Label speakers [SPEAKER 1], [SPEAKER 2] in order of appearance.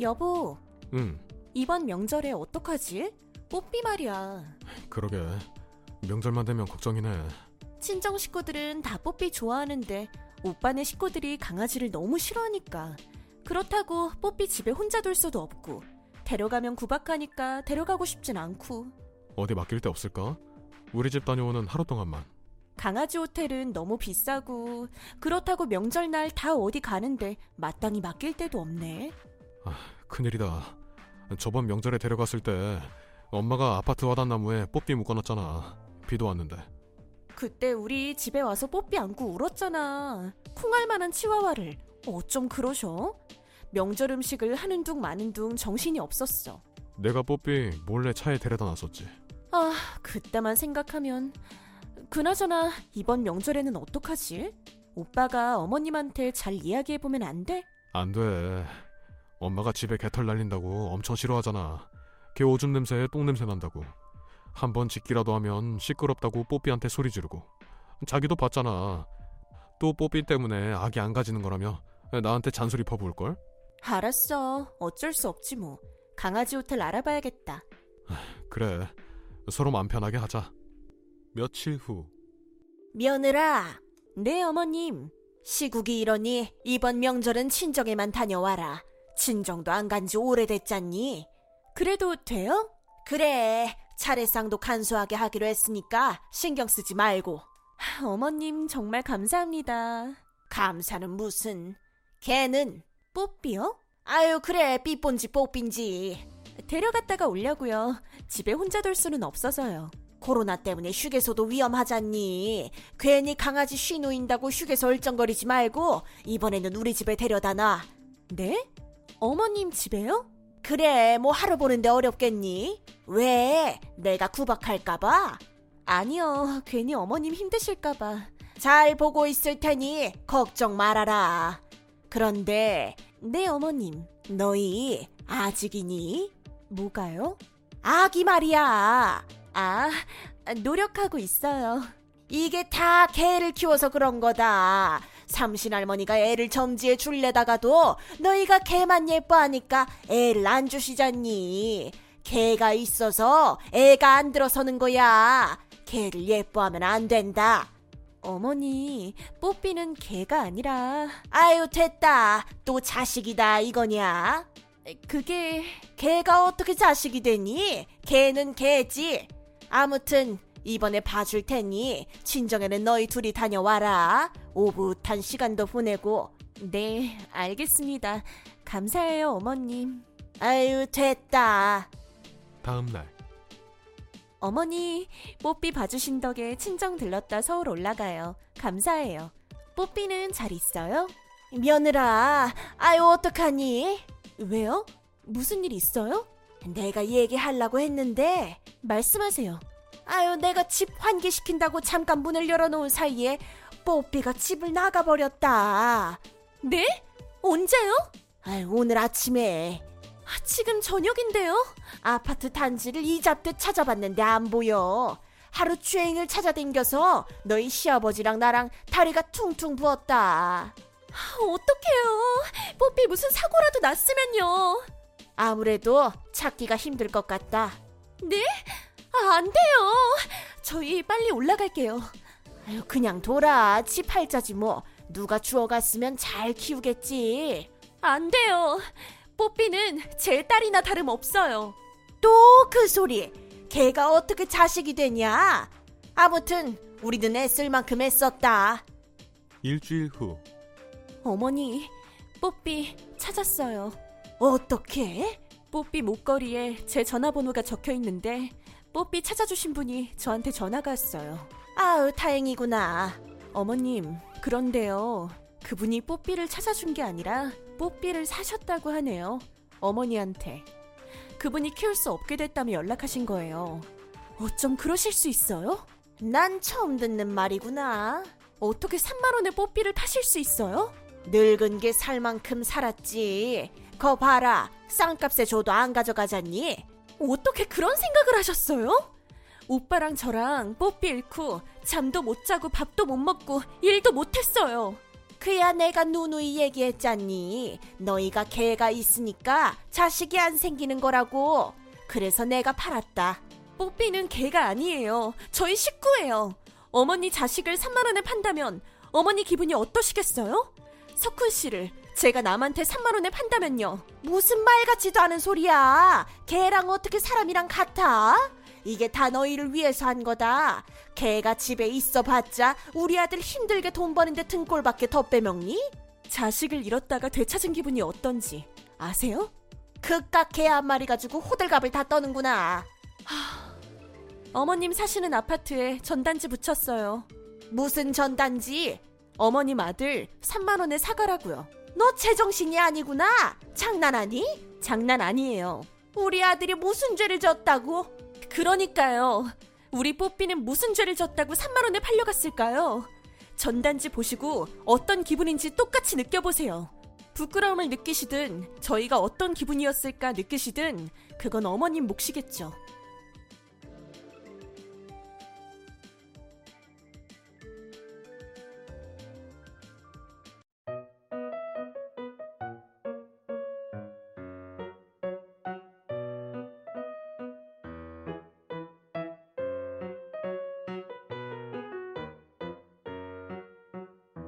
[SPEAKER 1] 여보,
[SPEAKER 2] 응,
[SPEAKER 1] 이번 명절에 어떡하지? 뽀삐 말이야.
[SPEAKER 2] 그러게. 명절만 되면 걱정이네.
[SPEAKER 1] 친정 식구들은 다 뽀삐 좋아하는데 오빠네 식구들이 강아지를 너무 싫어하니까. 그렇다고 뽀삐 집에 혼자 둘 수도 없고 데려가면 구박하니까 데려가고 싶진 않고
[SPEAKER 2] 어디 맡길 데 없을까? 우리 집 다녀오는 하루 동안만.
[SPEAKER 1] 강아지 호텔은 너무 비싸고 그렇다고 명절날 다 어디 가는데 마땅히 맡길 데도 없네.
[SPEAKER 2] 큰일이다. 저번 명절에 데려갔을 때 엄마가 아파트 화단나무에 뽀삐 묶어놨잖아. 비도 왔는데.
[SPEAKER 1] 그때 우리 집에 와서 뽀삐 안고 울었잖아. 쿵할 만한 치와와를 어쩜 그러셔? 명절 음식을 하는 둥 마는 둥 정신이 없었어.
[SPEAKER 2] 내가 뽀삐 몰래 차에 데려다 놨었지.
[SPEAKER 1] 아, 그때만 생각하면 그나저나 이번 명절에는 어떡하지? 오빠가 어머님한테 잘 이야기해 보면 안 돼?
[SPEAKER 2] 안 돼. 엄마가 집에 개털 날린다고 엄청 싫어하잖아. 개 오줌 냄새에 똥 냄새 난다고. 한 번 짖기라도 하면 시끄럽다고 뽀삐한테 소리 지르고. 자기도 봤잖아. 또 뽀삐 때문에 아기 안 가지는 거라며 나한테 잔소리 퍼부을 걸?
[SPEAKER 1] 알았어. 어쩔 수 없지 뭐. 강아지 호텔 알아봐야겠다.
[SPEAKER 2] 그래. 서로 맘 편하게 하자. 며칠 후
[SPEAKER 1] 며느라, 네 어머님. 시국이 이러니 이번 명절은 친정에만 다녀와라. 친정도 안 간 지 오래됐잖니. 그래도 돼요? 그래. 차례상도 간소하게 하기로 했으니까 신경 쓰지 말고. 하, 어머님 정말 감사합니다. 감사는 무슨? 걔는 뽀삐요? 아유 그래 삐뽀인지 뽀삐인지. 데려갔다가 오려고요. 집에 혼자 둘 수는 없어서요. 코로나 때문에 휴게소도 위험하잖니. 괜히 강아지 쉬 놓인다고 휴게소 얼쩡거리지 말고 이번에는 우리 집에 데려다 놔. 네? 어머님 집에요? 그래, 뭐 하루 보는데 어렵겠니? 왜? 내가 구박할까봐? 아니요, 괜히 어머님 힘드실까봐. 잘 보고 있을 테니 걱정 말아라. 그런데, 네 어머님, 너희 아직이니? 뭐가요? 아기 말이야. 아, 노력하고 있어요. 이게 다 개를 키워서 그런 거다. 삼신 할머니가 애를 점지해 줄래다가도 너희가 개만 예뻐하니까 애를 안 주시잖니. 개가 있어서 애가 안 들어서는 거야. 개를 예뻐하면 안 된다. 어머니, 뽀삐는 개가 아니라. 아유, 됐다. 또 자식이다, 이거냐? 그게. 개가 어떻게 자식이 되니? 개는 개지. 아무튼, 이번에 봐줄 테니, 친정에는 너희 둘이 다녀와라. 오붓한 시간도 보내고. 네, 알겠습니다. 감사해요, 어머님. 아유, 됐다.
[SPEAKER 2] 다음 날
[SPEAKER 1] 어머니, 뽀삐 봐주신 덕에 친정 들렀다 서울 올라가요. 감사해요. 뽀삐는 잘 있어요? 며느라, 아유, 어떡하니? 왜요? 무슨 일 있어요? 내가 얘기하려고 했는데. 말씀하세요. 아유, 내가 집 환기시킨다고 잠깐 문을 열어놓은 사이에 뽀삐가 집을 나가버렸다. 네? 언제요? 아유, 오늘 아침에. 아, 지금 저녁인데요? 아파트 단지를 이잡듯 찾아봤는데 안 보여. 하루 주행을 찾아댕겨서 너희 시아버지랑 나랑 다리가 퉁퉁 부었다. 어떡해요. 뽀삐 무슨 사고라도 났으면요. 아무래도 찾기가 힘들 것 같다. 네? 안 돼요. 저희 빨리 올라갈게요. 아유, 그냥 돌아. 지 팔자지 뭐. 누가 주워갔으면 잘 키우겠지. 안 돼요. 뽀삐는 제 딸이나 다름없어요. 또 그 소리. 걔가 어떻게 자식이 되냐? 아무튼 우리는 애쓸 만큼 애썼다.
[SPEAKER 2] 일주일 후
[SPEAKER 1] 어머니, 뽀삐 찾았어요. 어떻게? 뽀삐 목걸이에 제 전화번호가 적혀 있는데 뽀삐 찾아주신 분이 저한테 전화가 왔어요. 아우, 다행이구나. 어머님, 그런데요. 그분이 뽀삐를 찾아준 게 아니라 뽀삐를 사셨다고 하네요. 어머니한테. 그분이 키울 수 없게 됐다며 연락하신 거예요. 어쩜 그러실 수 있어요? 난 처음 듣는 말이구나. 어떻게 3만 원의 뽀삐를 파실 수 있어요? 늙은 게 살 만큼 살았지. 거 봐라. 쌍값에 줘도 안 가져가잖니. 어떻게 그런 생각을 하셨어요? 오빠랑 저랑 뽀삐 잃고 잠도 못 자고 밥도 못 먹고 일도 못 했어요. 그야 내가 누누이 얘기했잖니. 너희가 개가 있으니까 자식이 안 생기는 거라고. 그래서 내가 팔았다. 뽀삐는 개가 아니에요. 저희 식구예요. 어머니 자식을 3만 원에 판다면 어머니 기분이 어떠시겠어요? 석훈 씨를 제가 남한테 3만 원에 판다면요. 무슨 말 같지도 않은 소리야. 개랑 어떻게 사람이랑 같아? 이게 다 너희를 위해서 한 거다. 개가 집에 있어봤자 우리 아들 힘들게 돈 버는데 등골밖에 더 빼먹니? 자식을 잃었다가 되찾은 기분이 어떤지 아세요? 그깟 개 한 마리 가지고 호들갑을 다 떠는구나. 어머님 사시는 아파트에 전단지 붙였어요. 무슨 전단지? 어머님 아들 3만 원에 사가라고요. 너 제정신이 아니구나. 장난하니? 장난 아니에요. 우리 아들이 무슨 죄를 졌다고? 그러니까요. 우리 뽀삐는 무슨 죄를 졌다고 3만 원에 팔려갔을까요? 전단지 보시고 어떤 기분인지 똑같이 느껴보세요. 부끄러움을 느끼시든 저희가 어떤 기분이었을까 느끼시든 그건 어머님 몫이겠죠.